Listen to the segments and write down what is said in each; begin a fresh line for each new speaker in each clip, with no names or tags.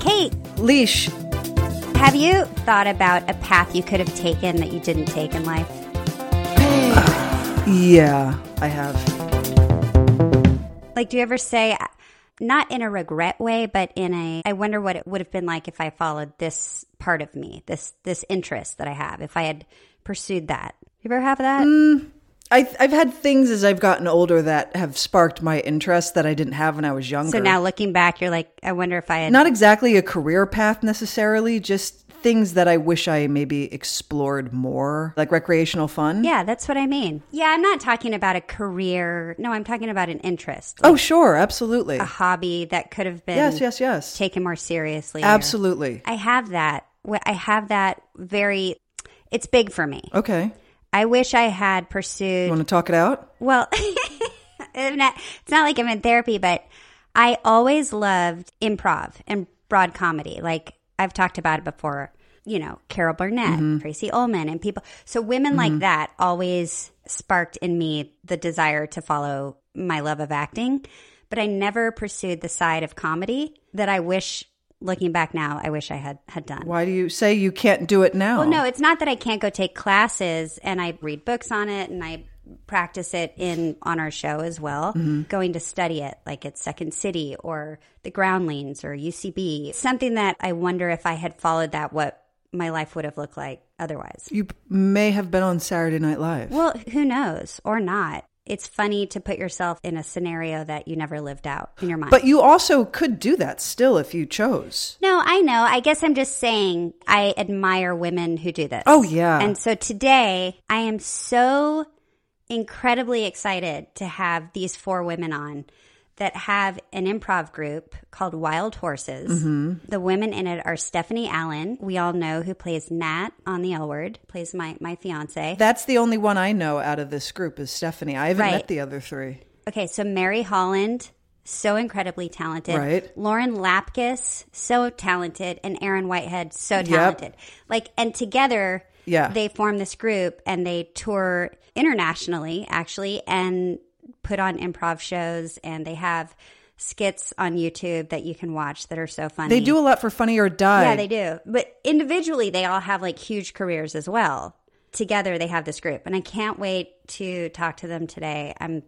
Kate,
Leash.
have you thought about a path you could have taken that you didn't take in life?
Yeah, I have.
Like, do you ever say, not in a regret way, but in a, I wonder what it would have been like if I followed this part of me, this this interest that I have, if I had pursued that. You ever have that?
Mm. I, I've had things as I've gotten older that have sparked my interest that I didn't have when I was younger.
so now looking back, you're like, I wonder if I had.
not exactly a career path necessarily, just things that I wish I maybe explored more, like recreational fun.
yeah, that's what I mean. Yeah, I'm not talking about a career. No, I'm talking about an interest,
Oh, sure, absolutely.
a hobby that could have been
yes, yes, yes.
taken more seriously. or-
Absolutely.
I have that. Wh- I have that very. It's big for me.
Okay.
I wish I had
You
pursued.
want to talk it out?
Well, I'm not, it's not like I'm in therapy, but I always loved improv and broad comedy. Like I've talked about it before. You know, Carol Burnett, Tracy Ullman, and people. So women like that always sparked in me the desire to follow my love of acting. But I never pursued the side of comedy that I wish, looking back now, I wish I had had done.
Why do you say you can't do it now?
Well, no, it's not that I can't go take classes and I read books on it and I practice it in on our show as well. Going to study it like at Second City or the Groundlings or UCB. Something that I wonder if I had followed that what my life would have looked like otherwise.
You may have been on Saturday Night Live.
Well, who knows or not. It's funny to put yourself in a scenario that you never lived out in your mind.
but you also could do that still if you chose.
No, I know. I guess I'm just saying I admire women who do this.
Oh, yeah.
And so today I am so incredibly excited to have these four women on that have an improv group called Wild Horses.
Mm-hmm.
The women in it are Stephanie Allen, we all know who plays Nat on the L Word, plays my my fiance.
That's the only one I know out of this group is Stephanie. I haven't
Right.
met the other three.
Okay, so Mary Holland, so incredibly talented.
Right.
Lauren Lapkus, so talented, and Aaron Whitehead, so talented. Like, and together,
Yeah.
they form this group and they tour internationally, actually, and put on improv shows, and they have skits on YouTube that you can watch that are so funny.
They do a lot for Funny or Die.
Yeah, they do. But individually, they all have like huge careers as well. Together, they have this group, and I can't wait to talk to them today. I'm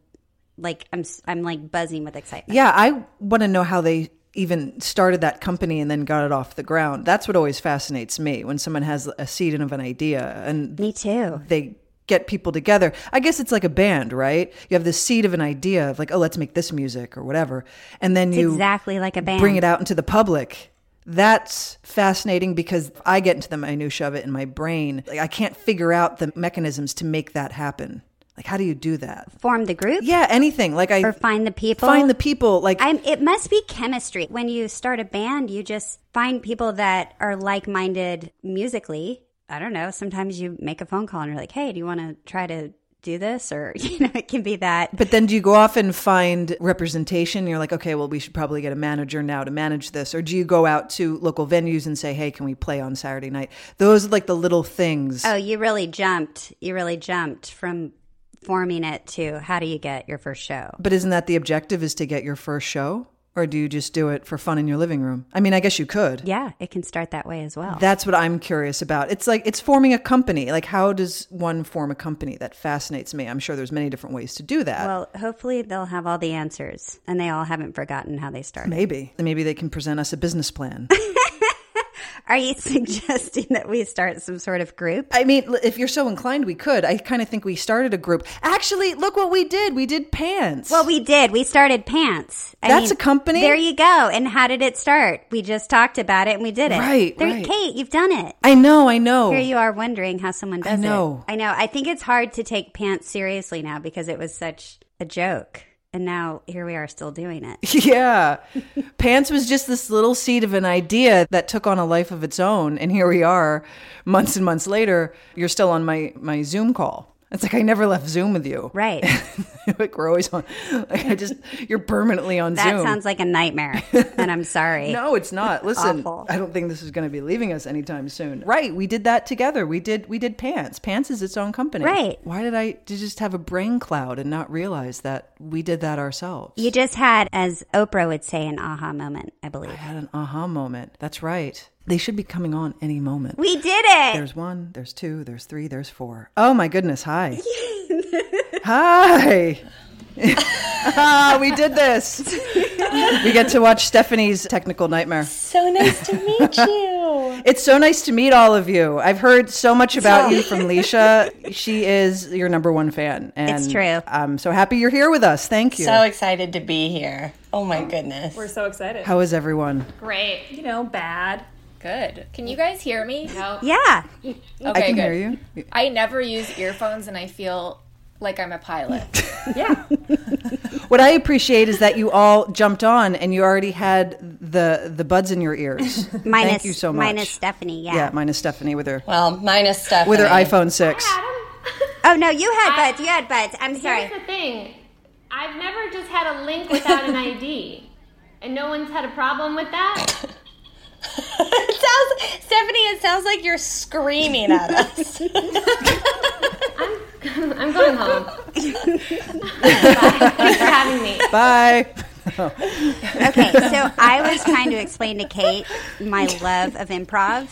like, I'm, s- I'm like buzzing with excitement.
Yeah, I want to know how they even started that company and then got it off the ground. That's what always fascinates me when someone has a seed of an idea and
Me too.
they get people together. I guess it's like a band, right? You have this seed of an idea of like, oh, let's make this music or whatever. And then
It's
you
exactly like a band.
bring it out into the public. That's fascinating because I get into the minutia of it in my brain. Like I can't figure out the mechanisms to make that happen. Like how do you do that?
Form the group
Yeah, anything. Like I
or find the people.
find the people. Like
I'm, it must be chemistry. When you start a band, you just find people that are like minded musically. I don't know. Sometimes you make a phone call and you're like, hey, do you want to try to do this? Or, you know, it can be that.
but then do you go off and find representation? You're like, okay, well, we should probably get a manager now to manage this. Or do you go out to local venues and say, hey, can we play on Saturday night? Those are like the little things.
Oh, you really jumped. You really jumped from forming it to how do you get your first show?
But isn't that the objective is to get your first show? Or do you just do it for fun in your living room? I mean, I guess you could.
Yeah, it can start that way as well.
That's what I'm curious about. It's like it's forming a company. Like how does one form a company? That fascinates me. I'm sure there's many different ways to do that.
well, hopefully they'll have all the answers and they all haven't forgotten how they started.
maybe. Maybe they can present us a business plan.
Are you suggesting that we start some sort of group?
I mean, l- if you're so inclined, we could. I kind of think we started a group. Actually, look what we did. We did pants.
Well, we did. We started Pants. I
That's a company?
There you go. And how did it start? We just talked about it and we did it.
Right,
There,
right.
Kate, you've done it.
I know, I know.
Here you are wondering how someone does
know.
it. I know. I think it's hard to take Pants seriously now because it was such a joke. And now here we are still doing it.
Yeah. Pants was just this little seed of an idea that took on a life of its own. And here we are, months and months later, you're still on my, my Zoom call. It's like I never left Zoom with you.
Right.
like we're always on like I just you're permanently on
That
Zoom.
sounds like a nightmare. And I'm sorry.
no, it's not. Listen,
awful.
I don't think this is going to be leaving us anytime soon. Right, we did that together. We did we did Pants. Pants is its own company.
Right.
Why did I just have a brain cloud and not realize that we did that ourselves?
You just had, as Oprah would say, an aha moment, I believe.
had an aha moment. That's right. They should be coming on any moment.
We did it.
There's one, there's two, there's three, there's four. Oh my goodness, hi. hi. ah, we did this. we get to watch Stephanie's technical nightmare.
So nice to meet you.
It's so nice to meet all of you. I've heard so much about you from Leisha. She is your number one fan. And
It's true.
I'm so happy you're here with us. Thank you.
So excited to be here. Oh my goodness.
We're so excited.
How is everyone?
Great.
You know, bad.
Good. Can you guys hear me? No.
Yeah.
Okay,
I can
good.
hear you.
I never use earphones and I feel like I'm a pilot.
Yeah.
What I appreciate is that you all jumped on and you already had the the buds in your ears.
Minus,
Thank you so much.
Minus Stephanie. Yeah.
yeah, minus Stephanie with her
well, minus stuff.
with her iPhone six.
Oh, no, you had buds. You had buds. I'm sorry.
Here's the thing. I've never just had a link without an ID. And no one's had a problem with that.
it sounds, Stephanie, it sounds like you're screaming at us.
I'm going home. Thanks for having me.
Bye.
Okay, so I was trying to explain to Kate my love of improv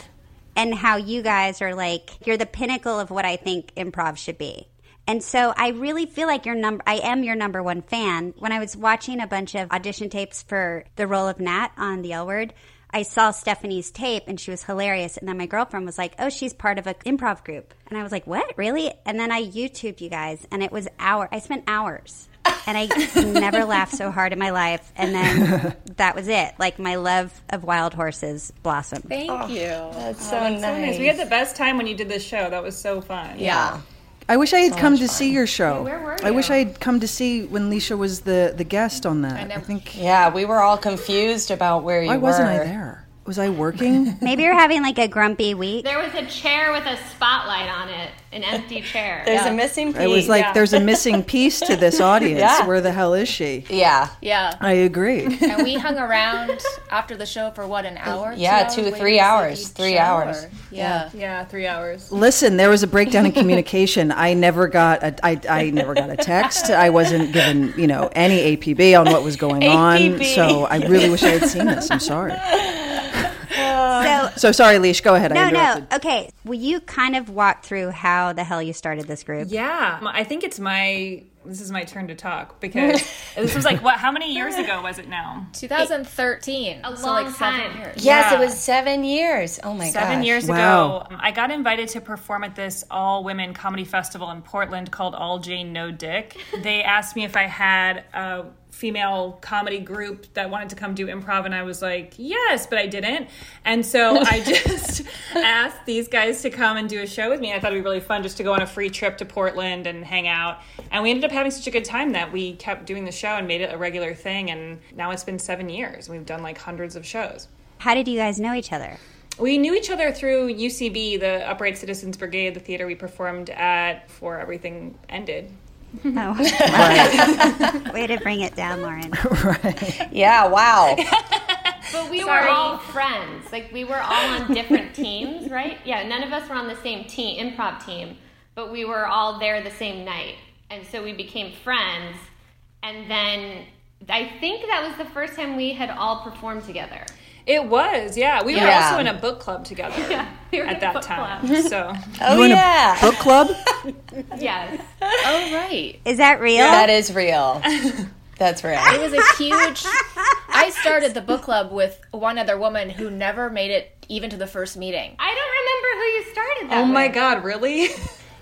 and how you guys are like you're the pinnacle of what I think improv should be. And so I really feel like your number I am your number one fan. When I was watching a bunch of audition tapes for the role of Nat on the L Word, I saw Stephanie's tape and she was hilarious. And then my girlfriend was like, "Oh, she's part of an improv group," and I was like, "What, really?" And then I YouTubed you guys, and it was hour. I spent hours, and I never laughed so hard in my life. And then that was it. Like my love of wild horses blossomed.
Thank you.
That's so nice.
Nice. We had the best time when you did this show. That was so fun.
yeah.
I wish I had come to see your show.
where were
I wish
you?
I had come to see when Leisha was the the guest on that. I,
never-
think
Yeah, we were all confused about where you
why
were.
wasn't I there? Was I working?
Maybe you're having like a grumpy week.
There was a chair with a spotlight on it, an empty chair.
There's a missing piece.
I was like, there's a missing piece to this audience.
Yeah.
Where the hell is she?
yeah,
Yeah.
I agree.
And we hung around after the show for what, an hour?
Yeah,
hours
two,
waiting
three
to see
hours,
each
three
show,
hours.
or- Yeah.
Yeah, three hours.
Listen, there was a breakdown in communication. I never got a I, I never got a text. I wasn't given, you know, any APB on what was going on.
APB.
So I really wish I had seen this. I'm sorry.
So
So sorry, Leash. Go ahead. I
no,
interrupted.
no, okay. Will you kind of walk through how the hell you started this group?
Yeah. I think it's my. This is my turn to talk because this was like what? How many years ago was it now?
2013. A
long
like seven
time.
years.
yes,
Yeah.
it was seven years. Oh my god,
Seven years
Wow.
ago, um, I got invited to perform at this all women comedy festival in Portland called All Jane No Dick. They asked me if I had a female comedy group that wanted to come do improv, and I was like, yes, but I didn't. And so I just asked these guys to come and do a show with me. I thought it'd be really fun just to go on a free trip to Portland and hang out. And we ended up having such a good time that we kept doing the show and made it a regular thing. And now it's been seven years. We've done like hundreds of shows.
How did you guys know each other?
We knew each other through UCB, the Upright Citizens Brigade, the theater we performed at before everything ended.
Oh. Way to bring it down, Lauren.
yeah, wow.
But we were all friends. Like we were all on different teams, right? Yeah, none of us were on the same team, improv team, but we were all there the same night. And so we became friends. And then I think that was the first time we had all performed together.
It was, yeah. We were
Yeah.
also in a book club together
We were
at
in
that
book
time.
club.
So
Oh
in a
yeah,
Book club.
Yes.
Oh, right.
Is that real?
that is real. That's real.
It was a huge. I started the book club with one other woman who never made it even to the first meeting.
I don't remember who you started that
Oh my
with.
god, really?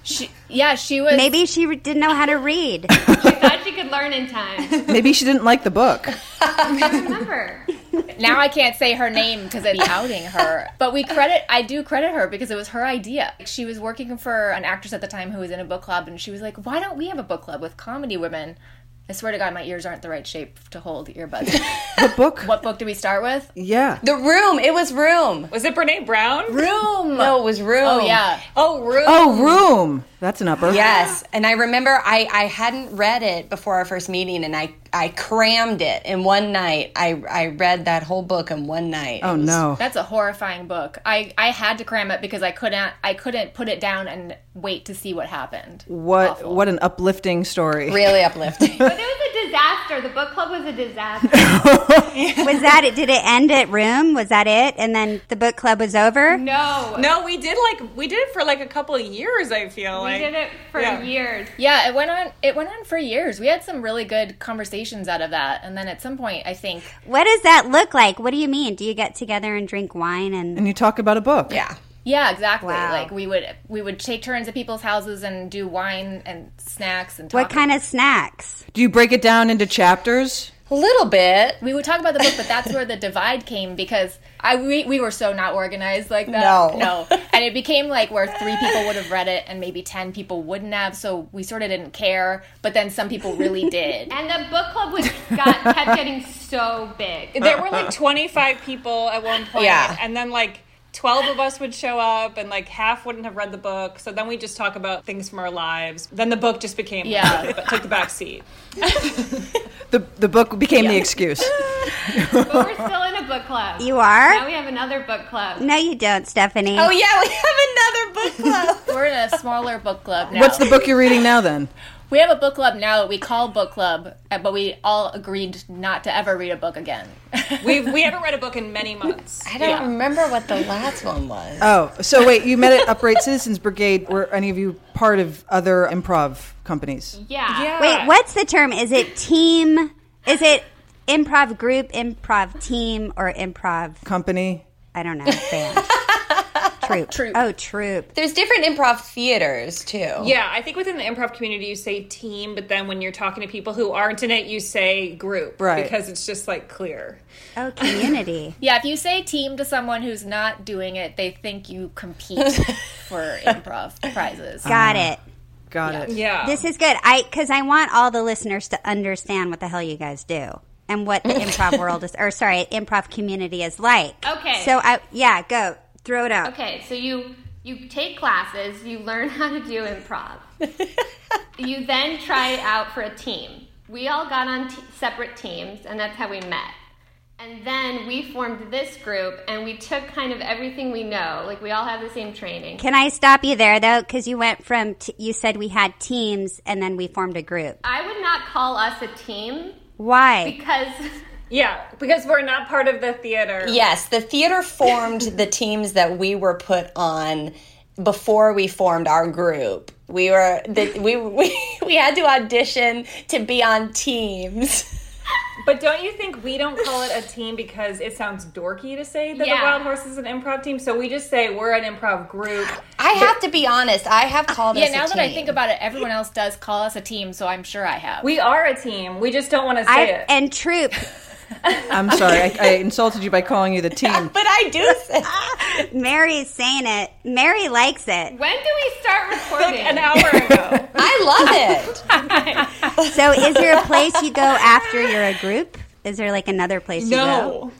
She, yeah, she was.
Maybe she re- didn't know how to read.
I thought you could learn in time.
Maybe she didn't like the book.
I remember.
Now I can't say her name because I'd be outing her. But we credit, I do credit her because it was her idea. She was working for an actress at the time who was in a book club, and she was like, "Why don't we have a book club with comedy women?" I swear to God, my ears aren't the right shape to hold earbuds.
What book?
what book do we start with?
Yeah.
The room. It was room.
Was it Brene Brown?
Room.
No, it was room.
Oh yeah.
Oh room.
Oh, Room. That's an upper.
Yes, and I remember I, I hadn't read it before our first meeting, and I, I crammed it in one night. I I read that whole book in one night.
Oh no.
That's a horrifying book. I, I had to cram it because I couldn't I couldn't put it down and wait to see what happened.
What what an uplifting story.
really uplifting.
But it was a disaster. The book club was a disaster.
Was that it? Did it end at room? Was that it? And then the book club was over?
No.
No, we did like we did it for like a couple of years. I feel
We
like
did it for
Yeah.
years.
Yeah, it went on it went on for years. We had some really good conversations out of that. And then at some point I think
What does that look like? What do you mean? Do you get together and drink wine and
And you talk about a book.
yeah,
Yeah, exactly.
Wow.
Like we would we would take turns at people's houses and do wine and snacks and talk
what kind of snacks?
Do you break it down into chapters?
a little bit.
we would talk about the book, but that's where the divide came because I we, we were so not organized like that.
No.
no, and it became like where three people would have read it and maybe ten people wouldn't have. So we sort of didn't care, but then some people really did.
And the book club was got kept getting so big.
there were like 25 people at one point,
Yeah.
and then like 12 of us would show up, and like half wouldn't have read the book. So then we just talk about things from our lives. Then the book just became
Yeah.
but took the back seat.
The the book became the excuse.
But we're still in a book club.
You are?
Now we have another book club.
No, you don't, Stephanie.
Oh yeah, we have another book club.
We're in a smaller book club now.
What's the book you're reading now then?
we have a book club now that we call book club, uh, but we all agreed not to ever read a book again.
We we haven't read a book in many months.
I don't remember what the last one was.
Oh, so wait, you met at Upright Citizens Brigade. Were any of you part of other improv companies?
Yeah.
Wait, what's the term? Is it team? Is it improv group, improv team, or improv?
Company?
I don't know. Band. troop.
Troop.
Oh, troop.
There's different improv theaters too.
Yeah, I think within the improv community you say team, but then when you're talking to people who aren't in it, you say group
Right.
because it's just like clear.
Oh, community.
Yeah, if you say team to someone who's not doing it, they think you compete for improv prizes.
Got it.
Got it.
Yeah.
This is good. I because I want all the listeners to understand what the hell you guys do and what the improv world is, or sorry, improv community is like.
Okay.
So I yeah, go throw it out.
Okay, so you you take classes, you learn how to do improv. you then try it out for a team. We all got on t- separate teams, and that's how we met. And then we formed this group, and we took kind of everything we know. Like we all have the same training.
Can I stop you there though? Because you went from t- you said we had teams and then we formed a group.
I would not call us a team
Why?
because
Yeah, because we're not part of the theater.
Yes, the theater formed the teams that we were put on before we formed our group. We were the, we, we we had to audition to be on teams.
But don't you think we don't call it a team because it sounds dorky to say that the
Yeah.
Wild Horse is an improv team? So we just say we're an improv group.
I have to be honest. I have called
Yeah,
us.
now
a
that I
team.
think about it, everyone else does call us a team, so I'm sure I have.
We are a team. We just don't want to say
I,
it.
and troop.
I'm sorry, I, I insulted you by calling you the team.
but I do. Say,
Mary's saying it. Mary likes it.
when do we start recording?
An hour ago.
I love it.
So is there a place you go after you're a group? Is there like another place you go?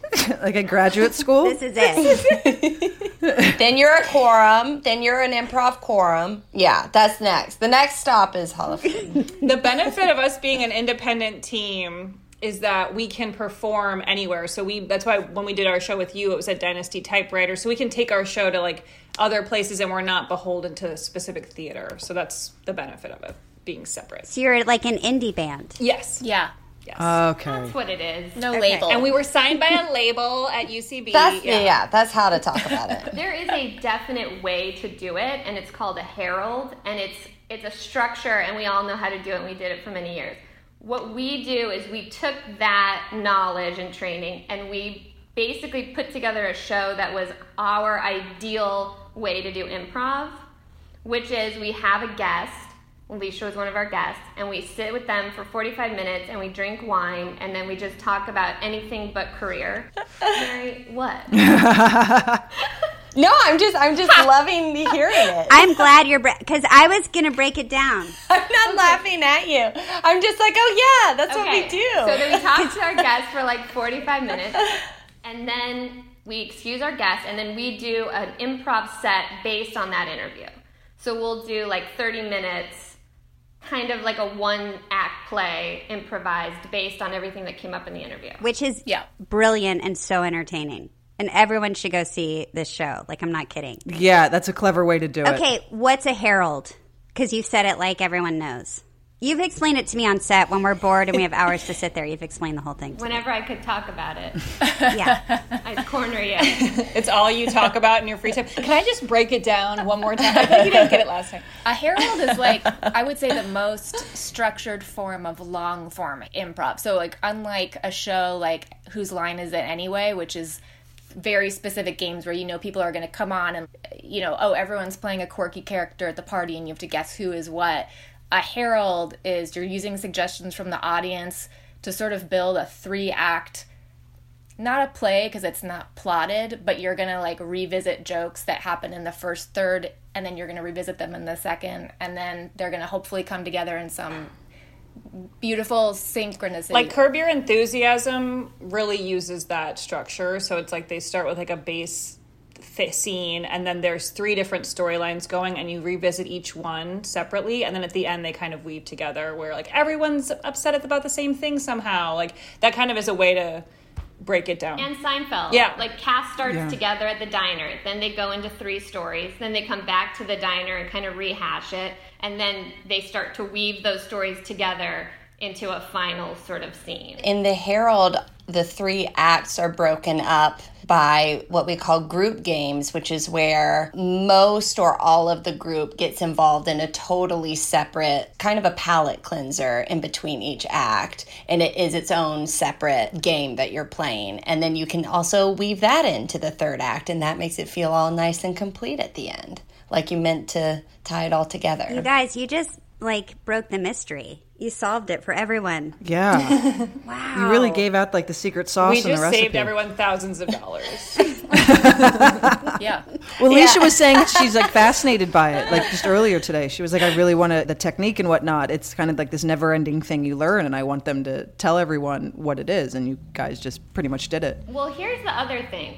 like at graduate school?
This is it.
then you're a quorum. Then you're an improv quorum. Yeah, that's next. The next stop is Hall of Fame.
the benefit of us being an independent team is that we can perform anywhere. So we that's why when we did our show with you, it was at Dynasty Typewriter. So we can take our show to like other places and we're not beholden to a specific theater. So that's the benefit of it being separate.
So you're like an indie band.
Yes.
yeah,
Yes.
Okay.
That's what it is.
no label.
and we were signed by a label at UCB.
That's yeah. That's how to talk about it.
There is a definite way to do it, and it's called a herald, and it's it's a structure, and we all know how to do it. and We did it for many years. What we do is we took that knowledge and training, and we basically put together a show that was our ideal way to do improv, which is we have a guest. Alicia was one of our guests, and we sit with them for 45 minutes and we drink wine and then we just talk about anything but career. Mary, what?
No, I'm just I'm just loving hearing it.
I'm glad you're because I was gonna break it down.
I'm not laughing at you. I'm just like, oh yeah, that's what we do.
So then we talk to our guests for like 45 minutes, and then we excuse our guests, and then we do an improv set based on that interview. So we'll do like 30 minutes, kind of like a one act play, improvised based on everything that came up in the interview.
which is
Yeah.
brilliant and so entertaining. And everyone should go see this show. Like, I'm not kidding.
Yeah, that's a clever way to do it.
Okay, what's a herald? Because you said it like everyone knows. You've explained it to me on set when we're bored and we have hours to sit there. You've explained the whole thing. To me.
Whenever I could talk about it,
Yeah.
I'd corner you.
It's all you talk about in your free time. Can I just break it down one more time? I think you didn't get it last time.
A herald is like I would say the most structured form of long form improv. So like unlike a show like Whose Line Is It Anyway, which is very specific games where you know people are going to come on and you know oh everyone's playing a quirky character at the party and you have to guess who is what. A herald is you're using suggestions from the audience to sort of build a three act not a play because it's not plotted, but you're gonna like revisit jokes that happen in the first third, and then you're gonna revisit them in the second, and then they're gonna hopefully come together in some beautiful synchronicity.
Like Curb Your Enthusiasm really uses that structure. So it's like they start with like a base th- scene, and then there's three different storylines going, and you revisit each one separately, and then at the end they kind of weave together, where like everyone's upset about the same thing somehow. Like that kind of is a way to break it down.
And Seinfeld.
Yeah.
Like cast starts together at the diner, then they go into three stories, then they come back to the diner and kind of rehash it, and then they start to weave those stories together into a final sort of scene.
in the Herald, the three acts are broken up by what we call group games, which is where most or all of the group gets involved in a totally separate kind of a palate cleanser in between each act. And it is its own separate game that you're playing. And then you can also weave that into the third act, and that makes it feel all nice and complete at the end. Like you meant to tie it all together.
You guys, you just like broke the mystery. You solved it for everyone.
Yeah.
Wow.
you really gave out like the secret sauce
we
and the
just
recipe.
saved everyone thousands of dollars.
yeah,
Well, Alicia was saying she's like fascinated by it. Like just earlier today, she was like, "I really want to the technique and whatnot. It's kind of like this never-ending thing you learn, and I want them to tell everyone what it is." And you guys just pretty much did it.
Well, here's the other thing.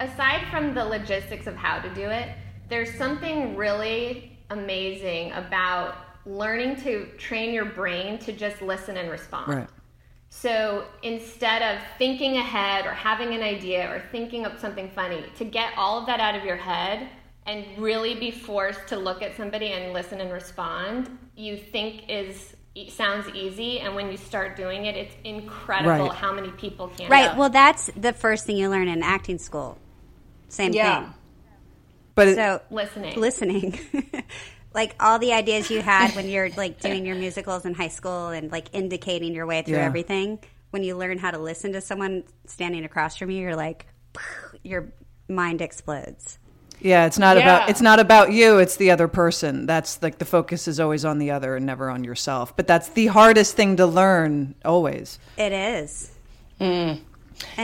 Aside from the logistics of how to do it, there's something really amazing about learning to train your brain to just listen and respond.
Right.
So instead of thinking ahead or having an idea or thinking up something funny, to get all of that out of your head and really be forced to look at somebody and listen and respond, you think is it sounds easy and when you start doing it it's incredible
Right.
how many people can
Right. Well, that's the first thing you learn in acting school. Same
Yeah.
But
thing.
it,
So
listening.
listening. like all the ideas you had when you're like doing your musicals in high school and like indicating your way through
Yeah.
everything. When you learn how to listen to someone standing across from you, you're like, your mind explodes.
yeah, it's not about
Yeah.
it's not about you. It's the other person. That's like the focus is always on the other and never on yourself. But that's the hardest thing to learn always.
It is. And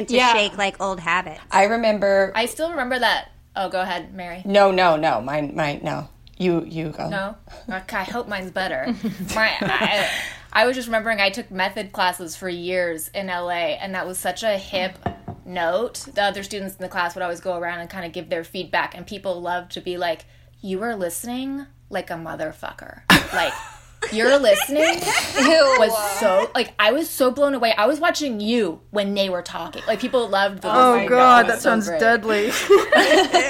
to
Yeah.
shake like old habits.
I remember.
I still remember that. Oh, go ahead, Mary.
no, no, no. Mine, mine, no. You, you go.
No, okay, I hope mine's better. My, I, I was just remembering I took method classes for years in LA, and that was such a hip note. The other students in the class would always go around and kind of give their feedback, and people loved to be like, "You were listening like a motherfucker." Like. Your listening was so like I was so blown away. I was watching you when they were talking. Like people loved the Oh
God, that sounds deadly.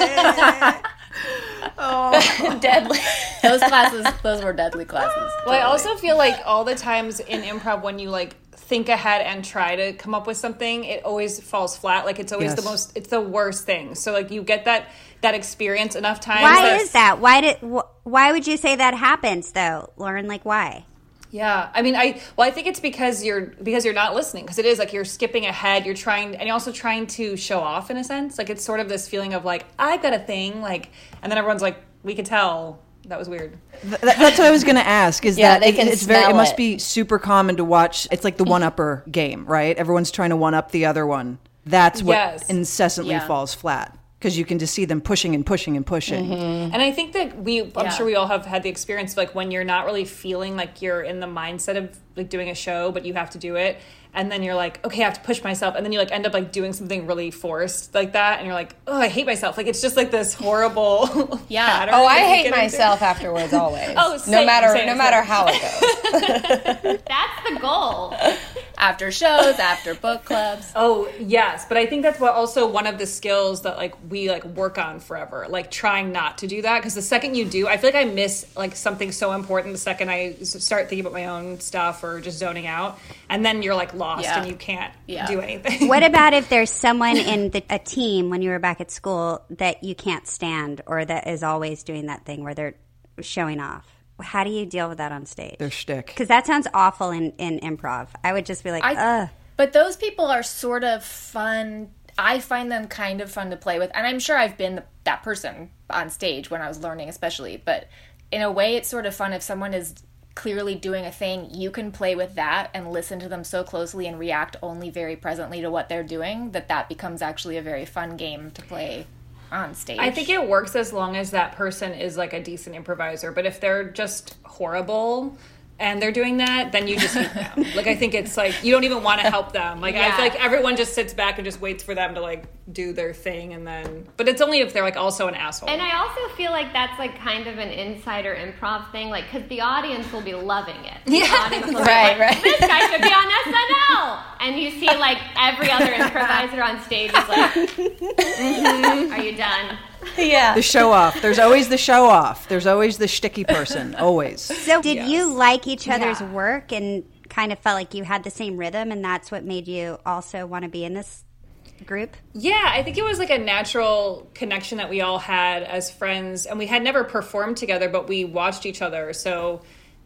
Deadly.
Those classes those were deadly classes.
Well, I also feel like all the times in improv when you like think ahead and try to come up with something, it always falls flat. Like it's always the
Yes.
most, it's the worst thing. So like you get that that experience enough times.
Why
that-
is that? Why did? Wh- why would you say that happens though, Lauren? Like why?
Yeah, I mean, I well, I think it's because you're because you're not listening because it is like you're skipping ahead. You're trying and you're also trying to show off in a sense. Like it's sort of this feeling of like I've got a thing, like, and then everyone's like, we could tell that was weird.
Th- that- that's what I was going to ask. Is
Yeah,
that
they
it-
can
it's very? It
smell
must
it.
be super common to watch. It's like the one-upper game, right? Everyone's trying to one-up the other one. That's what
Yes.
incessantly
Yeah.
falls flat because you can just see them pushing and pushing and pushing.
Mm-hmm.
And I think that we, I'm sure we all have had the experience of like when you're not really feeling like you're in the mindset of like doing a show, but you have to do it. And then you're like, okay, I have to push myself. And then you like end up like doing something really forced like that. And you're like, oh, I hate myself. Like it's just like this horrible
Yeah.
pattern
Oh,
that
I
you
hate
get into.
myself afterwards always.
Oh,
no
same,
matter
same,
no
same.
matter how it goes.
That's the goal.
After shows, after book clubs.
Oh, yes. But I think that's what also one of the skills that like we like work on forever, like trying not to do that. Cause the second you do, I feel like I miss like something so important the second I s- start thinking about my own stuff or just zoning out. And then you're like lost
Yeah.
and you can't
Yeah.
do anything.
What about if there's someone in the, a team when you were back at school that you can't stand or that is always doing that thing where they're showing off? How do you deal with that on stage?
Their shtick.
Because that sounds awful in, in improv. I would just be like,
I-
ugh.
But those people are sort of fun. I find them kind of fun to play with, and I'm sure I've been the, that person on stage when I was learning, especially. But in a way, it's sort of fun if someone is clearly doing a thing. You can play with that and listen to them so closely and react only very presently to what they're doing that that becomes actually a very fun game to play on stage.
I think it works as long as that person is like a decent improviser. But if they're just horrible and they're doing that, then you just hate them. like I think it's like you don't even want to help them. Like I
Yeah.
feel like everyone just sits back and just waits for them to like do their thing and then but it's only if they're like also an asshole.
And I also feel like that's like kind of an insider improv thing, like because the audience will be loving it. The audience will
Right,
be like,
right.
This guy should be on SNL, and you see like every other improviser on stage is like, "Mhm,
Mm-hmm.
"Are you done?"
yeah.
The show off. There's always the show off. There's always the shticky person. Always.
So, did you like each other's work and kind of felt like you had the same rhythm, and that's what made you also want to be in this group?
Yeah, I think it was like a natural connection that we all had as friends. And we had never performed together, but we watched each other. So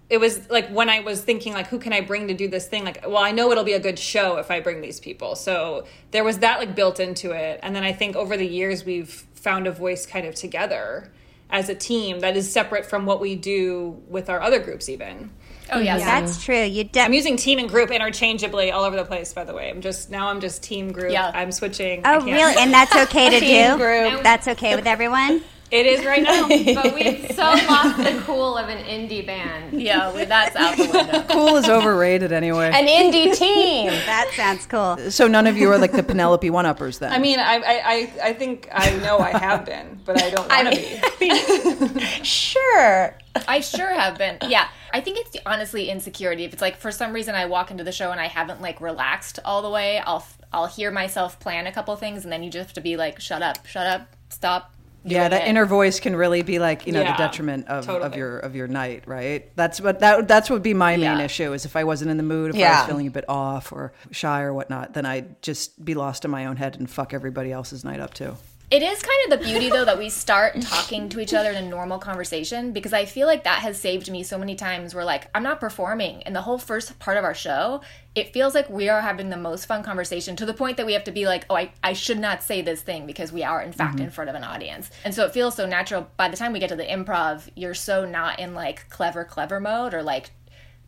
it was like when I was thinking, like, who can I bring to do this thing? Like, well, I know it'll be a good show if I bring these people. So there was that like built into it. And then I think over the years, we've found a voice kind of together as a team that is separate from what we do with our other groups, even.
Oh yeah,
That's true. You de-
I'm using team and group interchangeably all over the place, by the way. I'm just now I'm just team group.
Yeah.
I'm switching. I
Oh,
can't-
really? And that's okay to do?
group.
That's okay with everyone?
It is right now.
But we've so lost the cool of an indie band.
yeah. well, That's out the window.
Cool is overrated anyway.
An indie team.
That sounds cool.
so none of you are like the Penelope one-uppers then.
I mean, I, I, I, I think I know I have been, but I don't want to be.
sure.
I sure have been. Yeah. I think it's honestly insecurity. If it's like for some reason I walk into the show and I haven't like relaxed all the way, I'll f- I'll hear myself plan a couple things and then you just have to be like shut up, shut up, stop.
yeah,
doing
that
it.
inner voice can really be like you know
Yeah,
the detriment of, of
totally.
your of your night, right? That's what that that's would be my main
Yeah.
issue is if I wasn't in the mood, if I
Yeah.
was feeling a bit off or shy or whatnot, then I'd just be lost in my own head and fuck everybody else's night up too.
It is kind of the beauty though that we start talking to each other in a normal conversation because I feel like that has saved me so many times where like I'm not performing and the whole first part of our show, it feels like we are having the most fun conversation to the point that we have to be like, Oh, I, I should not say this thing because we are in fact in front of an audience. And so it feels so natural. By the time we get to the improv, you're so not in like clever, clever mode or like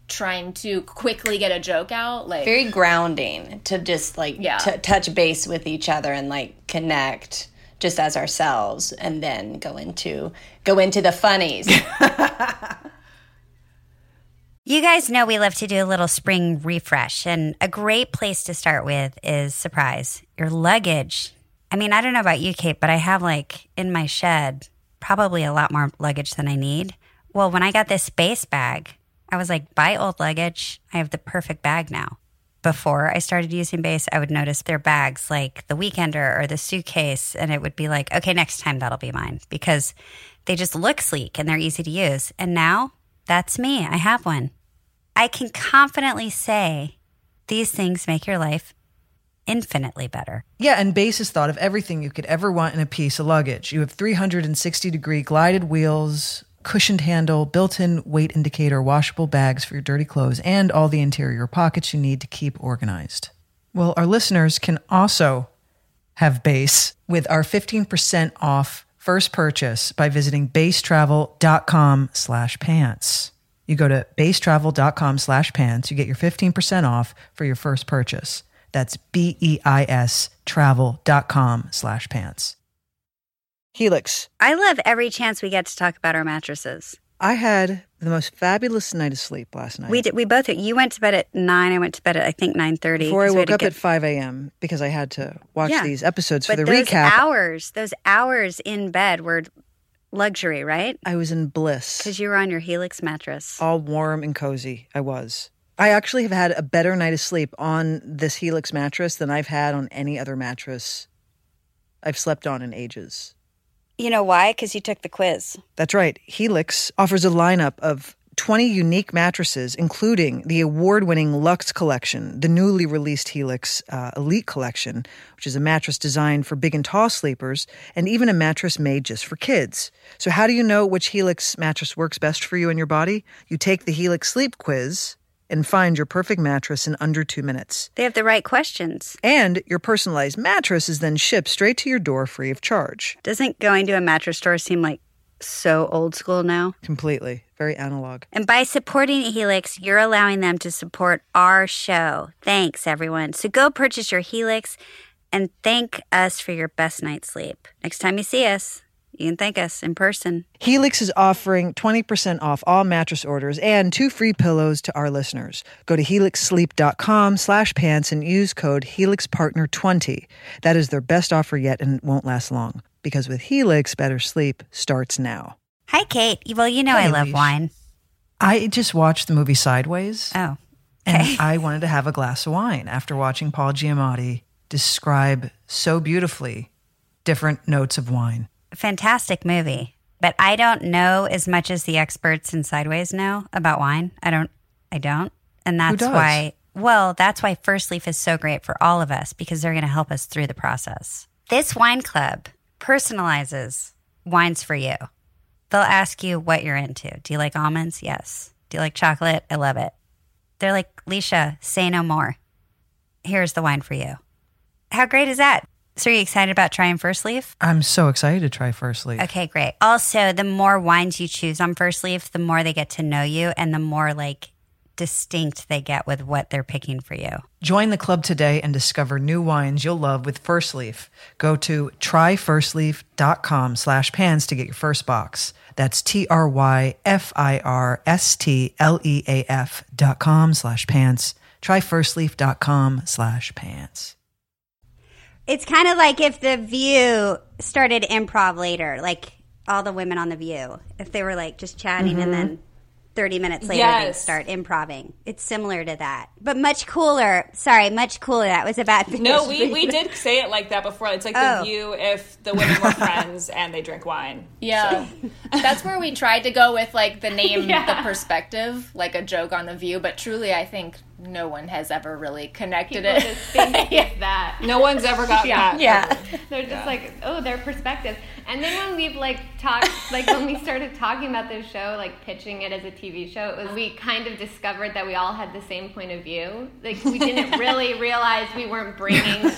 trying to quickly get a joke out. Like
Very grounding to just like
Yeah.
t- touch base with each other and like connect just as ourselves and then go into go into the funnies.
You guys know we love to do a little spring refresh, and a great place to start with is surprise your luggage. I mean, I don't know about you, Kate, but I have like in my shed probably a lot more luggage than I need. Well, when I got this space bag, I was like, buy old luggage. I have the perfect bag now. Before I started using base, I would notice their bags like the Weekender or the suitcase, and it would be like, okay, next time that'll be mine because they just look sleek and they're easy to use. And now that's me. I have one. I can confidently say these things make your life infinitely better.
Yeah, and base is thought of everything you could ever want in a piece of luggage. You have 360 degree glided wheels,
cushioned handle, built in weight indicator, washable bags for your dirty clothes, and all the interior pockets you need to keep organized. Well, our listeners can also have Base with our 15% off first purchase by visiting basetravel.com slash pants. You go to basetravel.com slash pants, you get your 15% off for your first purchase. That's B-E-I-S travel.com slash pants. Helix.
I love every chance we get to talk about our mattresses.
I had the most fabulous night of sleep last night.
We did. We both. You went to bed at nine. I went to bed at I think nine thirty.
before I woke up at 5 a.m. because I had to watch
Yeah.
these episodes for
but
the
those
recap.
hours, those hours in bed were luxury, right?
I was in bliss,
Because you were on your Helix mattress.
all warm and cozy. I was. I actually have had a better night of sleep on this Helix mattress than I've had on any other mattress I've slept on in ages.
You know why? Because you took the quiz.
That's right. Helix offers a lineup of 20 unique mattresses, including the award winning Lux Collection, the newly released Helix uh, Elite Collection, which is a mattress designed for big and tall sleepers, and even a mattress made just for kids. So, how do you know which Helix mattress works best for you and your body? You take the Helix Sleep Quiz and find your perfect mattress in under two minutes.
They have the right questions.
And your personalized mattress is then shipped straight to your door free of charge.
Doesn't going to a mattress store seem like so old school now?
Completely. Very analog.
And by supporting Helix, you're allowing them to support our show. Thanks, everyone. So go purchase your Helix and thank us for your best night's sleep. Next time you see us, you can thank us in person.
Helix is offering 20% off all mattress orders and two free pillows to our listeners. Go to helixsleep.com slash pants and use code HelixPartner20. That is their best offer yet and it won't last long because with Helix, better sleep starts now.
Hi, Kate. Well, you know
Hi,
I love
Elise.
wine.
I just watched the movie Sideways.
Oh,
And I wanted to have a glass of wine after watching Paul Giamatti describe so beautifully different notes of wine.
fantastic movie. But I don't know as much as the experts in Sideways know about wine. I don't. I don't. And that's
does?
why. Well, that's why First Leaf is so great for all of us because they're going to help us through the process. This wine club personalizes wines for you. They'll ask you what you're into. Do you like almonds? Yes. Do you like chocolate? I love it. They're like, Leisha, say no more. Here's the wine for you. How great is that? So, are you excited about trying First Leaf?
I'm so excited to try First Leaf.
Okay, great. Also, the more wines you choose on First Leaf, the more they get to know you and the more like distinct they get with what they're picking for you.
Join the club today and discover new wines you'll love with First Leaf. Go to tryfirstleaf.com slash pans to get your first box. That's T-R-Y-F-I-R-S-T-L-E-A-F E dot com slash pants. Tryfirstleaf.com slash pants.
It's kind of like if The View started improv later, like all the women on The View, if they were like just chatting and then 30 minutes later they
Yes.
start improving. It's similar to that, but much cooler. Sorry, much cooler. That was about
No, we, we did say it like that before. It's like
Oh.
the view if the women were friends and they drink wine.
Yeah. That's where we tried to go with like the name, the perspective, like a joke on the view, but truly I think no one has ever really connected
People
it.
just think it's that.
No one's ever got
Yeah.
that.
Yeah.
They're just like, oh, their perspective. And then when we've like talked, like when we started talking about this show, like pitching it as a TV show, it was we kind of discovered that we all had the same point of view. Like we didn't really realize we weren't bringing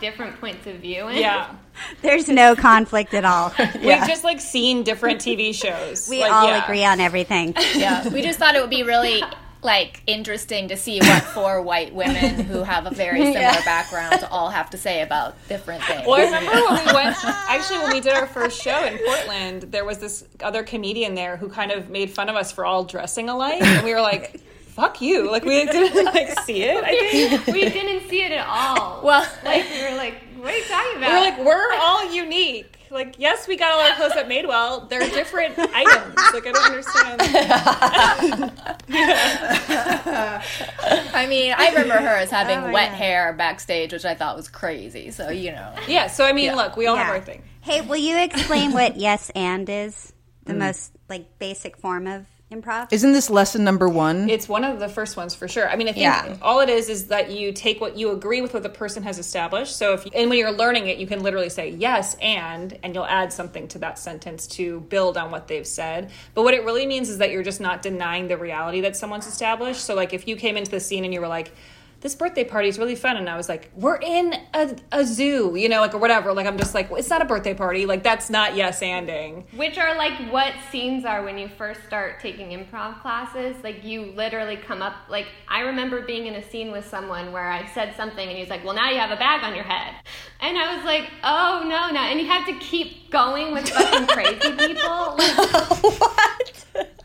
different points of view in.
Yeah.
There's no conflict at all.
We've just like seen different TV shows.
We
Like,
all
yeah.
agree on everything.
Yeah. We just thought it would be really like interesting to see what four white women who have a very similar background all have to say about different things.
Well, I remember when we went, actually, when we did our first show in Portland, there was this other comedian there who kind of made fun of us for all dressing alike. And we were like, fuck you. Like, we didn't like see it. I think.
We didn't see it at all.
Well-
like we were like, what are you talking about?
We were like, we're all unique. Like, yes, we got all our clothes at Madewell. They're different items. Like, I don't understand.
I mean, I remember her as having wet hair backstage, which I thought was crazy. So, you know.
Yeah. So, I mean, look, we all have
Yeah.
our thing.
Mm. Hey, will you explain what yes and is? The most like basic form of improv?
Isn't this lesson number one?
It's one of the first ones for sure. I mean, I think
Yeah.
all it is is that you take what you agree with what the person has established. So if and when you're learning it, you can literally say yes and and you'll add something to that sentence to build on what they've said. But what it really means is that you're just not denying the reality that someone's established. So like if you came into the scene and you were like this birthday party is really fun and i was like we're in a, a zoo you know like or whatever like i'm just like it's not a birthday party like that's not yes anding
Which are like what scenes are when you first start taking improv classes. Like you literally come up. Like I remember being in a scene with someone where I said something and he's like, "Well, now you have a bag on your head," and I was like, "Oh no, no!" And you have to keep going with fucking crazy people. Like,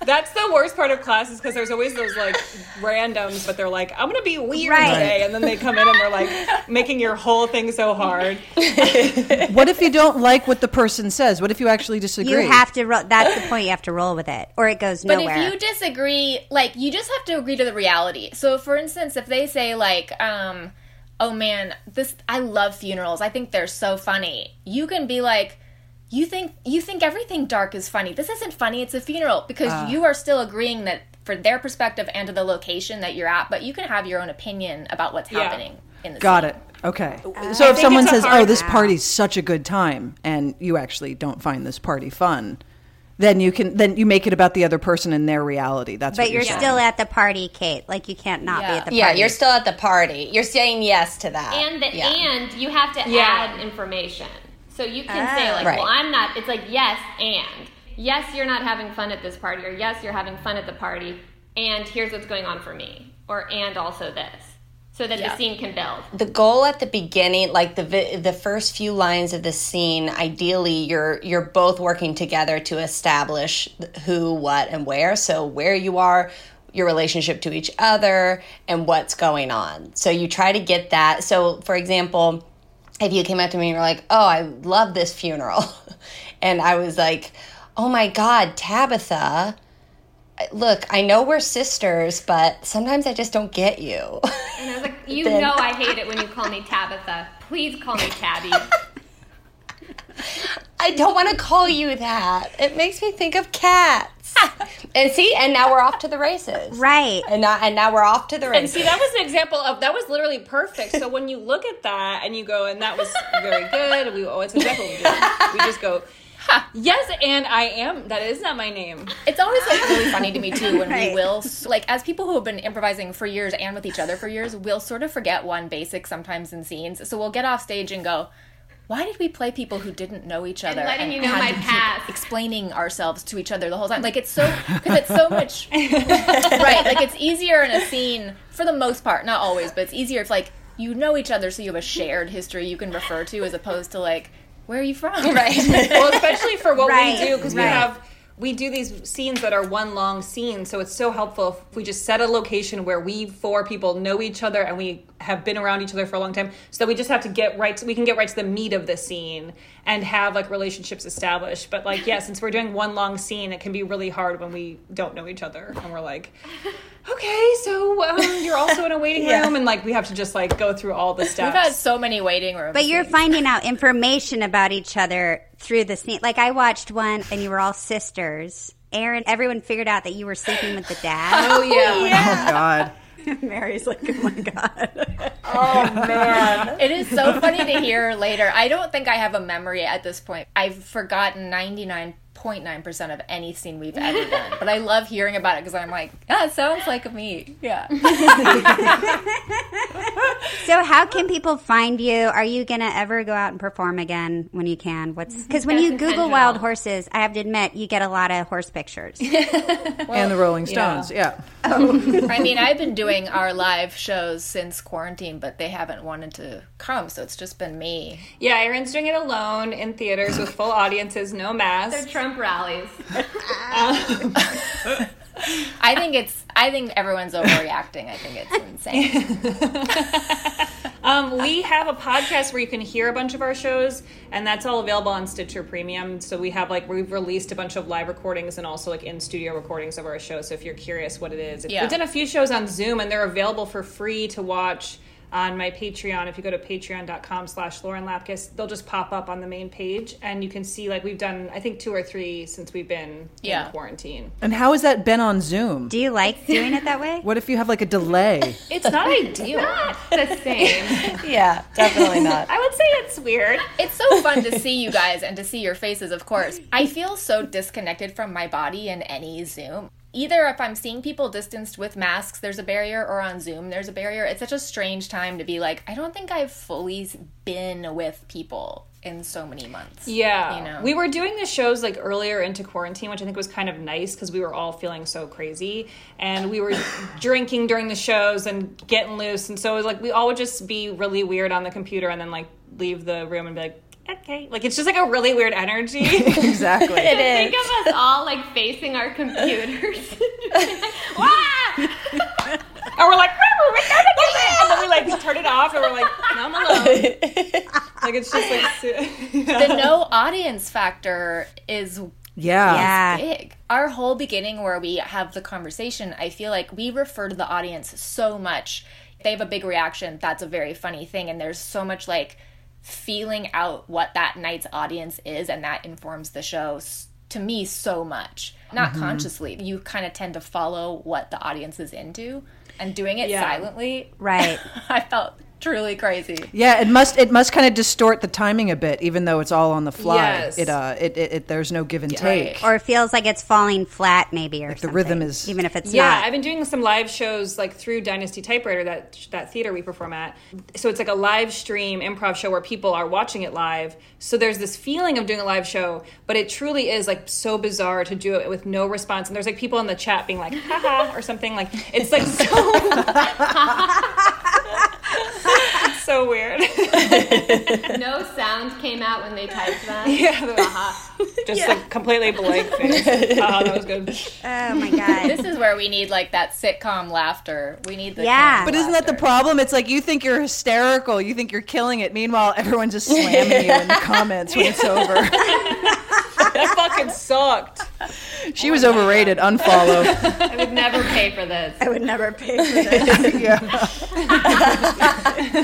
That's the worst part of classes because there's always those like randoms, but they're like, I'm gonna be weird
Right.
today, and then they come in and they're like making your whole thing so hard.
what if you don't like what the person says? What if you actually disagree?
You have to roll. That's the point. You have to roll with it, or it goes
But
nowhere.
if you disagree, like you just have to agree to the reality. So for instance, if they say like, um, oh man, this I love funerals. I think they're so funny. You can be like, you think you think everything dark is funny. This isn't funny. It's a funeral because
Ah.
you are still agreeing that for their perspective and to the location that you're at, but you can have your own opinion about what's happening in the
Got
scene.
it. Okay. so if someone
it's a
says,
hard
"Oh, this
now.
party's such a good time," and you actually don't find this party fun, then you can then you make it about the other person and their reality. That's
but
what you're,
you're
saying.
still at the party, Kate. Like you can't not be
Yeah.
at the
Yeah,
party.
you're still at the party. You're saying yes to that.
and the
yeah.
and you have to add information. So you can say like,
Ah. Right.
"Well, I'm not." It's like yes and yes, you're not having fun at this party, or yes, you're having fun at the party, and here's what's going on for me, or and also this, so that the scene can build.
the goal at the beginning like the vi- the first few lines of the scene ideally you're you're both working together to establish who what and where so where you are your relationship to each other and what's going on so you try to get that so for example if you came up to me and you were like, "Oh, I love this funeral," and I was like, "Oh my God, Tabitha, look, I know we're sisters, but sometimes I just don't get you."
And I was like, "You know, I hate it when you call me Tabitha. Please call me Tabby."
I don't want to call you that. It makes me think of cats. and see, and now we're off to the races.
right.
And now, and now we're off to the
And
races.
see, that was an example of that was literally perfect. So when you look at that and you go, and that was very good. We oh, always exactly what we do. We just go. Yes, and I am. That is not my name.
It's always like really funny to me too when
Right.
we will s- like as people who have been improvising for years and with each other for years, we'll sort of forget one basic sometimes in scenes. So we'll get off stage and go, "Why did we play people who didn't know each other?"
letting you know
had
my
to keep
past."
explaining ourselves to each other the whole time. Like it's so because it's so much right. Like it's easier in a scene for the most part, not always, but it's easier if like you know each other, so you have a shared history you can refer to as opposed to like. Where are you from? Right.
well, especially for what
Right,
we do, because we
right.
have we do these scenes that are one long scene. So it's so helpful if we just set a location where we four people know each other and we have been around each other for a long time, so that we just have to get right. To, we can get right to the meat of the scene and have like relationships established. But like, yeah, since we're doing one long scene, it can be really hard when we don't know each other and we're like. Okay, so um, you're also in a waiting room, and like we have to just like go through all the steps.
We've had so many waiting rooms.
But you're finding out information about each other through the scene. Like I watched one, and you were all sisters. Aaron, everyone figured out that you were sleeping with the dad.
oh yeah,
Oh God.
Mary's like, oh my god.
It is so funny to hear later. I don't think I have a memory at this point. I've forgotten 99.9% of any scene we've ever done. But I love hearing about it because I'm like, yeah, it sounds like me. Yeah.
So how can people find you? Are you gonna ever go out and perform again when you can? What's because when you Google wild horses, I have to admit you get a lot of horse pictures.
and the Rolling Stones. Yeah.
I mean, I've been doing our live shows since quarantine, but they haven't wanted to come. So it's just been me.
Yeah, Aaron's doing it alone in theaters with full audiences, no mask.
Trump rallies.
I think it's, I think everyone's overreacting. I think it's insane.
Um, we have a podcast where you can hear a bunch of our shows, and that's all available on Stitcher Premium. So we have like we've released a bunch of live recordings and also like in studio recordings of our shows. So if you're curious what it is,
Yeah.
we've done a few shows on Zoom, and they're available for free to watch. on my Patreon. If you go to patreon.com slash Lauren Lapkus, they'll just pop up on the main page and you can see like we've done I think two or three since we've been
Yeah.
in quarantine.
And how has that been on Zoom?
Do you like doing it that way?
What if you have like a delay?
It's not ideal.
Not the same.
Yeah, definitely not.
I would say it's weird.
It's so fun to see you guys and to see your faces, of course. I feel so disconnected from my body in any Zoom. Either if I'm seeing people distanced with masks, there's a barrier, or on Zoom, there's a barrier. It's such a strange time to be like, I don't think I've fully been with people in so many months.
Yeah.
You know?
We were doing the shows like earlier into quarantine, which I think was kind of nice because we were all feeling so crazy and we were drinking during the shows and getting loose. And so it was like we all would just be really weird on the computer and then like leave the room and be like, okay. Like it's just like a really weird energy.
exactly.
It is.
Think of us all like facing our computers. Wah!
and we're like, "Rah, rah, rah, rah, rah," and then we like turn it off and we're like, no, I'm alone. like it's just like, su-
the no audience factor is
Yeah.
yeah.
big. Our whole beginning, where we have the conversation, I feel like we refer to the audience so much. They have a big reaction. That's a very funny thing. And there's so much like feeling out what that night's audience is, and that informs the show s- to me so much. Not consciously. You kind of tend to follow what the audience is into, and doing it silently.
Right.
I felt truly crazy.
Yeah, it must it must kind of distort the timing a bit, even though it's all on the fly.
Yes.
It uh, it, it, it there's no give and take.
Or it feels like it's falling flat, maybe, or
the
something,
rhythm is-
even if it's
Yeah,
not.
I've been doing some live shows like through Dynasty Typewriter, that that theater we perform at. So it's like a live stream improv show where people are watching it live. So there's this feeling of doing a live show, but it truly is like so bizarre to do it with no response. And there's like people in the chat being like, haha, or something. Like it's like so. It's so weird.
No sound came out when they typed that.
Just like completely blank face. Haha, Uh-huh, that was good.
oh my god.
This is where we need like that sitcom laughter. We need the
Yeah.
canned
But
But isn't that the
laughter.
problem? It's like you think you're hysterical, you think you're killing it. Meanwhile, everyone's just slamming you in the comments when it's over.
That fucking sucked.
she was overrated. Unfollow.
I would never pay for this.
I would never pay for this.
Hey,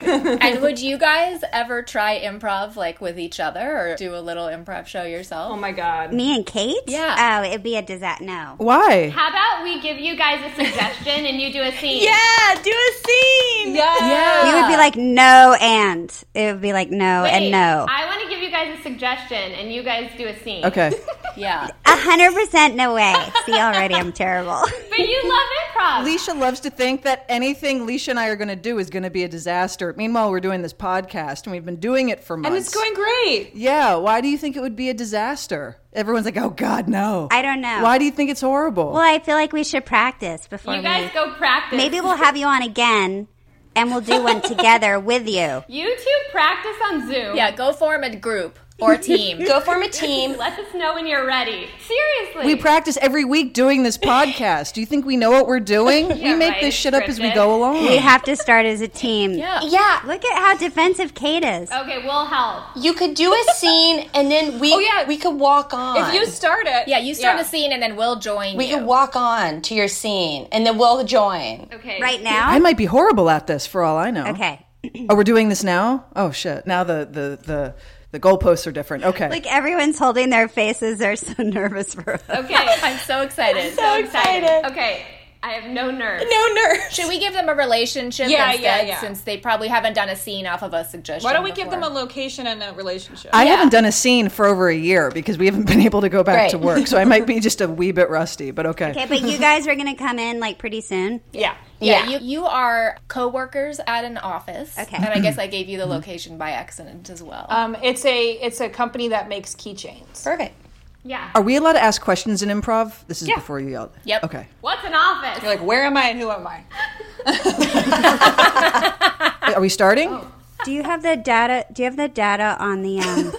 Oh
And would you guys ever try improv like with each other or do a little improv show yourself?
Oh my god.
Me and Kate?
Yeah.
Oh, it'd be a disaster. No.
Why?
How about we give you guys a suggestion and you do a scene?
Yeah, do a scene.
We would be like, no, and. It would be like, no, and
Wait,
no.
I want to give you guys a suggestion and you guys do a scene.
Okay.
Yeah.
A hundred percent no way. See, already I'm terrible.
But you love improv.
Leisha loves to think that anything Leisha and I are going to do is going to be a disaster. Meanwhile, we're doing this podcast and we've been doing it for months.
And it's going great.
Yeah, why do you think it would be a disaster? Everyone's like, "Oh God, no."
I don't know.
Why do you think it's horrible?
Well, I feel like we should practice before
you guys
we.
go practice.
Maybe we'll have you on again, and we'll do one together with you.
you two practice on Zoom.
Yeah, go form a group or team.
Go form a team.
Let us know when you're ready. Seriously.
we practice every week doing this podcast. do you think we know what we're doing? we
Yeah,
make
right,
this shit up as we
scripted.
go along.
We have to start as a team.
Yeah.
Yeah,
Look at how defensive Kate is.
Okay, we'll help.
you could do a scene and then we
Oh, yeah.
we could walk on.
If you start it.
Yeah, you start
Yeah.
a scene and then we'll join
we
you.
could walk on to your scene and then we'll join.
Okay.
Right
I
now?
might be horrible at this for all I know.
Okay.
Oh, we're doing this now? Oh shit. Now the the the the goalposts are different. Okay.
Like everyone's holding their faces. They're so nervous for us.
Okay.
I'm so excited.
so excited.
excited.
Okay. I have no nerves.
No nerves.
Should we give them a relationship
Yeah,
instead
yeah, yeah.
since they probably haven't done a scene off of a suggestion?
Why don't we give
before?
them a location and a relationship?
I haven't done a scene for over a year because we haven't been able to go back
Right.
to work. So I might be just a wee bit rusty, but okay.
Okay, but you guys are going to come in like pretty soon.
yeah.
Yeah, you, you are co-workers at an office.
Okay.
And I guess I gave you the location by accident as well.
Um, it's a it's a company that makes keychains.
Perfect.
Yeah.
Are we allowed to ask questions in improv? This is before you yelled.
Yep.
Okay.
What's an office?
Like, where am I and who am I?
Are we starting?
Do you have the data? Do you have the data on the um,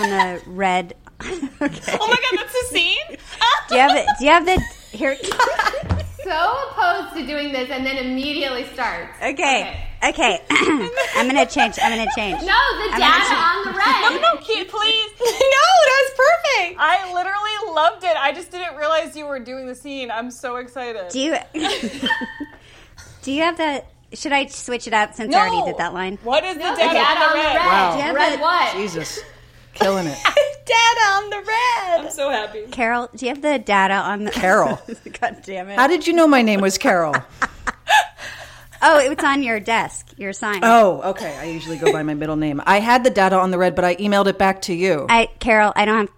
on the red?
Oh my god, that's a scene.
Do you have it? Do you have the here?
So opposed to doing this and then immediately starts.
Okay, okay. I'm gonna change. I'm gonna change.
No, the
I'm
data
gonna-
on the red.
No, keep, please.
that was perfect.
I literally loved it. I just didn't realize you were doing the scene. I'm so excited.
Do you? do you have the? Should I switch it up since I already did that line?
What is the
The
data
data on the red.
Wow.
Yeah,
Red
but-
what?
Jesus, killing it.
Dad on the red.
I'm so happy.
Carol, do you have the data on the
Carol.
God damn it!
How did you know my name was Carol?
Oh, it was on your desk, your sign.
Oh, okay. I usually go by my middle name. I had the data on the red, but I emailed it back to you.
I Carol, I don't have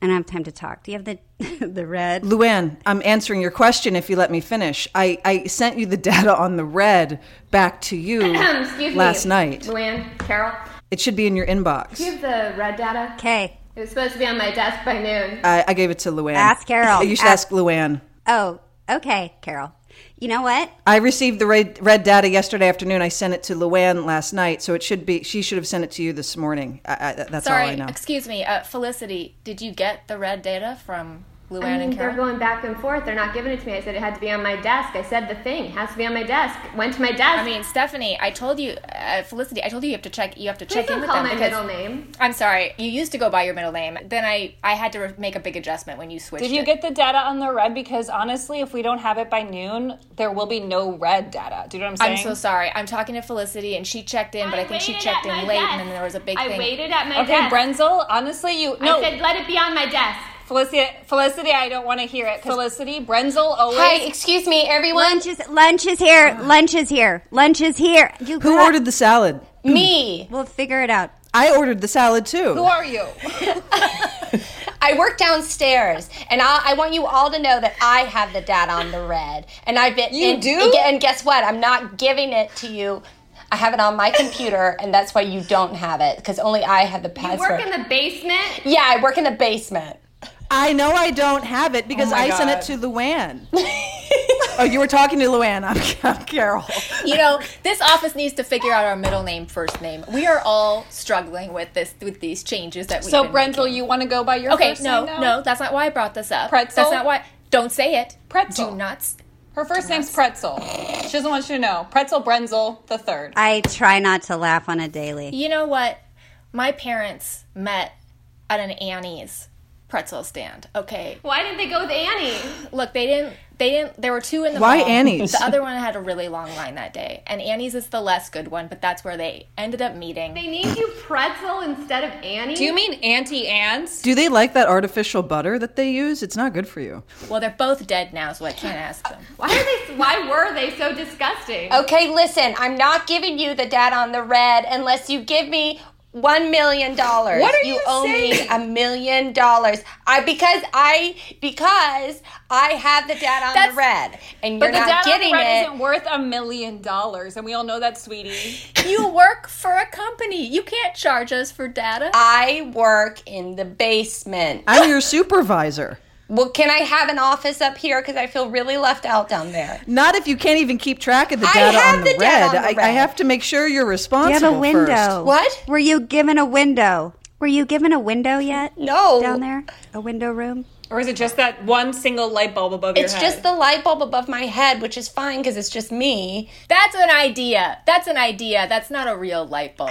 I don't have time to talk. Do you have the the red?
Luann, I'm answering your question if you let me finish. I, I sent you the data on the red back to you
Um, Excuse
last
me.
night.
Luann, Carol,
It should be in your inbox.
do you have the red data?
Okay.
It was supposed to be on my desk by noon.
I, I gave it to Luann.
Ask Carol.
You should ask Luann.
Oh, okay, Carol. You know what?
I received the red, red data yesterday afternoon. I sent it to Luann last night, so it should be. She should have sent it to you this morning. I, I, that's all I
Sorry,
know.
excuse me, uh, Felicity. Did you get the red data from Luann
I mean,
and
they're
Carol?
going back and forth. They're not giving it to me. I said it had to be on my desk. I said the thing has to be on my desk. Went to my desk.
I mean, Stephanie, I told you, uh, Felicity, I told you you have to check. You have to
please
check in
don't
with
call
them
my
because
middle name.
I'm sorry, you used to go by your middle name. Then I, I had to re- make a big adjustment when you switched.
Did you
it.
get the data on the red? Because honestly, if we don't have it by noon, there will be no red data. Do you know what I'm
I'm
saying?
so sorry. I'm talking to Felicity, and she checked in, but I think she
waited
checked
at my
in late,
desk.
and then there was a big
I
thing.
waited at my
Okay,
desk.
Brenzel, honestly, you no
I said let it be on my desk.
Felicity. Felicity, I don't want to hear it. Felicity, Brenzel always.
Hi, excuse me, everyone.
Lunch is lunch is here. Lunch is here. Lunch is here. You
Who
got-
ordered the salad?
Me.
We'll figure it out.
I ordered the salad too.
Who are you?
I work downstairs, and I, I want you all to know that I have the data on the red, and I've been. You and,
do?
And guess what? I'm not giving it to you. I have it on my computer, and that's why you don't have it because only I have the
You
password.
work in the basement.
yeah, I work in the basement.
I know I don't have it because I sent it to Luann. oh, you were talking to Luann. I'm, I'm Carol.
You know, this office needs to figure out our middle name, first name. We are all struggling with this, with these changes that we.
So Brenzel, you want to go by your
Okay,
first
no,
name? now?
no, that's not why I brought this up.
Pretzel?
That's not why. Don't say it.
Pretzel.
Do not. s-
Her first name's Pretzel. She doesn't want you to know. Pretzel Brenzel the third.
I try not to laugh on a daily.
You know what? My parents met at an Annie's pretzel stand. Okay,
Why did they go with Annie?
look, they didn't. They didn't. There were two in the
Why
mall.
Annie's?
The other one had a really long line that day, and Annie's is the less good one. But that's where they ended up meeting.
They named you Pretzel instead of Annie.
Do you mean Auntie Anne's?
Do they like that artificial butter that they use? It's not good for you.
Well, they're both dead now, so I can't ask them.
Why are they? Why were they so disgusting?
Okay, listen, I'm not giving you the data on the red unless you give me one million dollars. What
are you
owe me a million dollars. I because I because I have the data on
That's-
the red, and
But
you're not
the data on the
getting
red
it.
isn't worth a million dollars, and we all know that, sweetie.
you work for a company. You can't charge us for data.
I work in the basement.
I'm your supervisor.
Well, can I have an office up here? Because I feel really left out down there.
Not if you can't even keep track of the
I
data
have
on the
the
red.
data on the
I, I
red.
have to make sure you're
You
responsible.
have a window.
first.
What?
Were you given a window? Were you given a window yet?
No.
Down
Oh.
there? A window room?
Or is it just that one single light bulb above
It's
your head?
just the light bulb above my head, which is fine because it's just me.
That's an idea. That's an idea. That's not a real light bulb.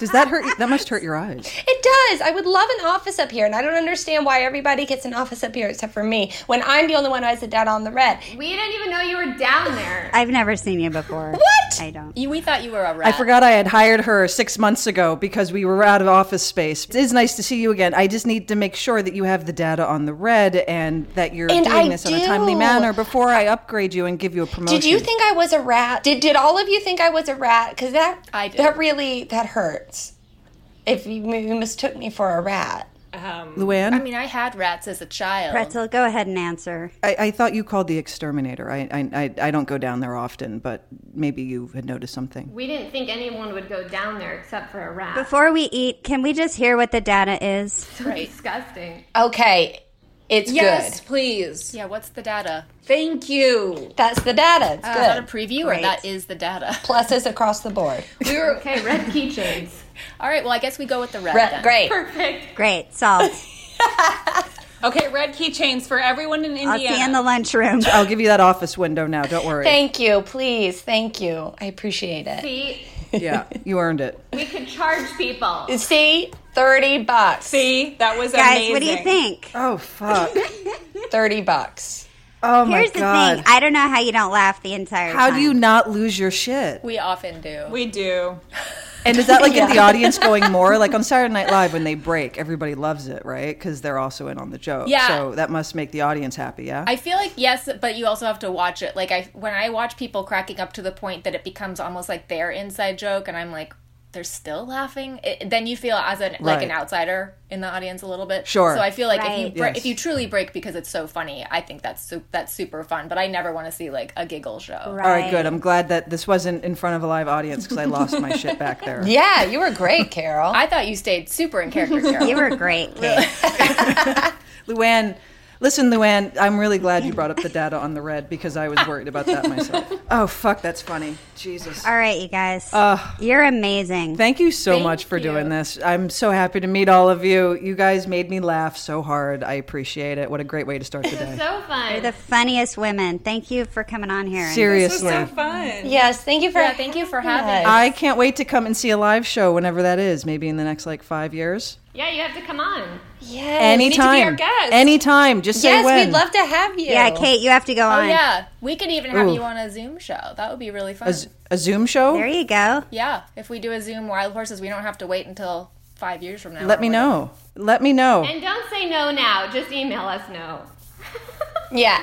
Does that hurt? you- That must hurt your eyes.
It does. I would love an office up here, and I don't understand why everybody gets an office up here except for me when I'm the only one who has the data on the red.
we didn't even know you were down there.
I've never seen you before.
What?
I don't.
You, we thought you were a rat.
I forgot I had hired her six months ago because we were out of office space. It is nice to see you again. I just need to make sure that you have the data on the red and that you're
And
doing
I
this in a timely
do.
manner before I upgrade you and give you a promotion.
Did you think I was a rat? Did did all of you think I was a rat? Because that
I did.
that really that hurts. If you, you mistook me for a rat,
Luann? I,
I mean, I had rats as a child.
Pretzel, go ahead and answer.
I, thought you called the exterminator. I, I I I don't go down there often, but maybe you had noticed something.
We didn't think anyone would go down there except for a rat.
Before we eat, can we just hear what the data is?
so disgusting.
okay. It's
Yes,
good.
please. Yeah, what's the data?
Thank you. That's the data. It's
Uh,
good.
is that a preview or
Great.
that is the data?
pluses across the board.
We were okay. Red keychains. All right. Well, I guess we go with the red.
Red,
then.
great.
Perfect.
Great, solved.
Okay, red keychains for everyone in
I'll
Indiana.
see you in the lunchroom.
I'll give you that office window now. Don't worry.
Thank you, please. Thank you. I appreciate it.
See,
yeah, you earned it.
we could charge people.
See, thirty bucks.
See, that was
Guys, what do you think?
Oh fuck.
Thirty bucks.
Oh my
Here's the
god.
thing. I don't know how you don't laugh the entire
How
time.
do you not lose your shit?
We often do.
We do.
And is that like in the audience going more like on Saturday Night Live when they break? Everybody loves it, right? Because they're also in on the joke.
Yeah.
So that must make the audience happy. Yeah.
I feel like yes, but you also have to watch it. Like I, when I watch people cracking up to the point that it becomes almost like their inside joke, and I'm like, they're still laughing. It, then you feel as an like
Right.
an outsider in the audience a little bit.
Sure.
So I feel like if you
Right.
bre-
Yes.
if you truly break because it's so funny, I think that's su- that's super fun. But I never want to see like a giggle show.
All right, good. I'm glad that this wasn't in front of a live audience because I lost my shit back there.
Yeah, you were great, Carol.
I thought you stayed super in character. Carol.
You were great, Kate.
Luann, listen, Luann, I'm really glad you brought up the data on the red because I was worried about that myself. oh, fuck, that's funny. Jesus.
All right, you guys. You're amazing.
Thank you so much for doing this. I'm so happy to meet all of you. You guys made me laugh so hard. I appreciate it. What a great way to start the day.
So fun.
You're the funniest women. Thank you for coming on here. and-
Seriously.
Fun.
yes, thank you for
Yeah, thank you for having
us.
I can't wait to come and see a live show whenever that is, maybe in the next like five years.
Yeah, you have to come on.
Yes.
Anytime. Anytime. Just say
Yes,
when.
we'd love to have you.
Yeah, Kate, you have to go
Oh
on.
yeah, we could even have
Ooh.
you on a Zoom show. That would be really fun.
a, Z- a Zoom show?
There you go.
Yeah, if we do a Zoom Wild Horses, we don't have to wait until five years from now.
Let me know. Let me know.
And don't say no now. Just email us no.
Yeah.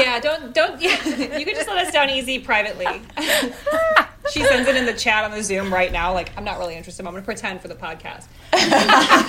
Yeah, don't don't. Yeah, you can just let us down easy privately. she sends it in the chat on the Zoom right now. Like, I'm not really interested. I'm going to pretend for the podcast.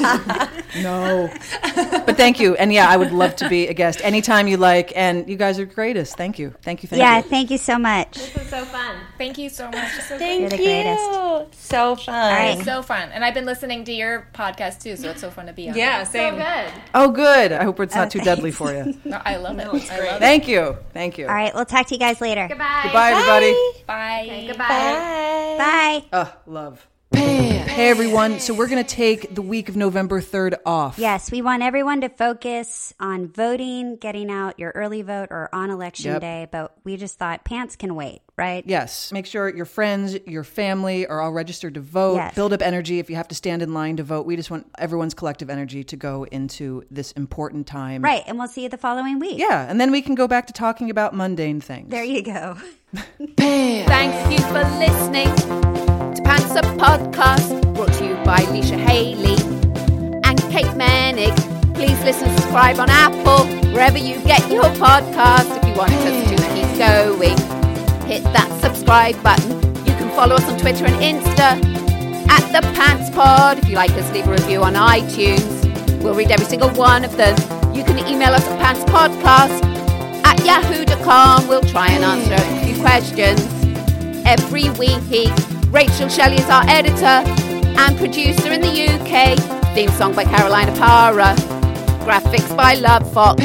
No. but thank you. And yeah, I would love to be a guest anytime you like. And you guys are the greatest. Thank you. Thank you. Thank
Yeah,
you.
thank you so much.
This was so fun.
Thank you so much. It's so,
You're
Thank
the greatest.
you. So fun.
it's so fun. And I've been listening to your podcast too, so it's so fun to be on.
Yeah,
So
same.
good.
Oh, good. I hope it's not too deadly for you.
No, I love it. I love
Thank you. Thank you.
All right, we'll talk to you guys later.
Goodbye.
Goodbye, everybody.
it. Bye.
Goodbye.
Bye.
Oh, love. Hey, everyone. So we're going to take the week of November 3rd off.
Yes, we want everyone to focus on voting, getting out your early vote, or on election
Yep.
day. But we just thought pants can wait, right?
Yes. Make sure your friends, your family are all registered to vote.
Yes.
Build up energy if you have to stand in line to vote. We just want everyone's collective energy to go into this important time.
Right, and we'll see you the following week.
Yeah. And then we can go back to talking about mundane things.
There you go.
Thank you for listening to Pants Up Podcast, brought to you by Leisha Haley and Kate Mannick. Please listen, subscribe on Apple, wherever you get your podcast. If you want us to keep going, hit that subscribe button. You can follow us on Twitter and Insta at the Pants Pod. If you like us, leave a review on iTunes. We'll read every single one of them. You can email us at pantspodcast at yahoo.com. We'll try and answer a few questions every week. Rachel Shelley is our editor and producer in the UK. Theme song by Carolina Para. Graphics by Love Fox.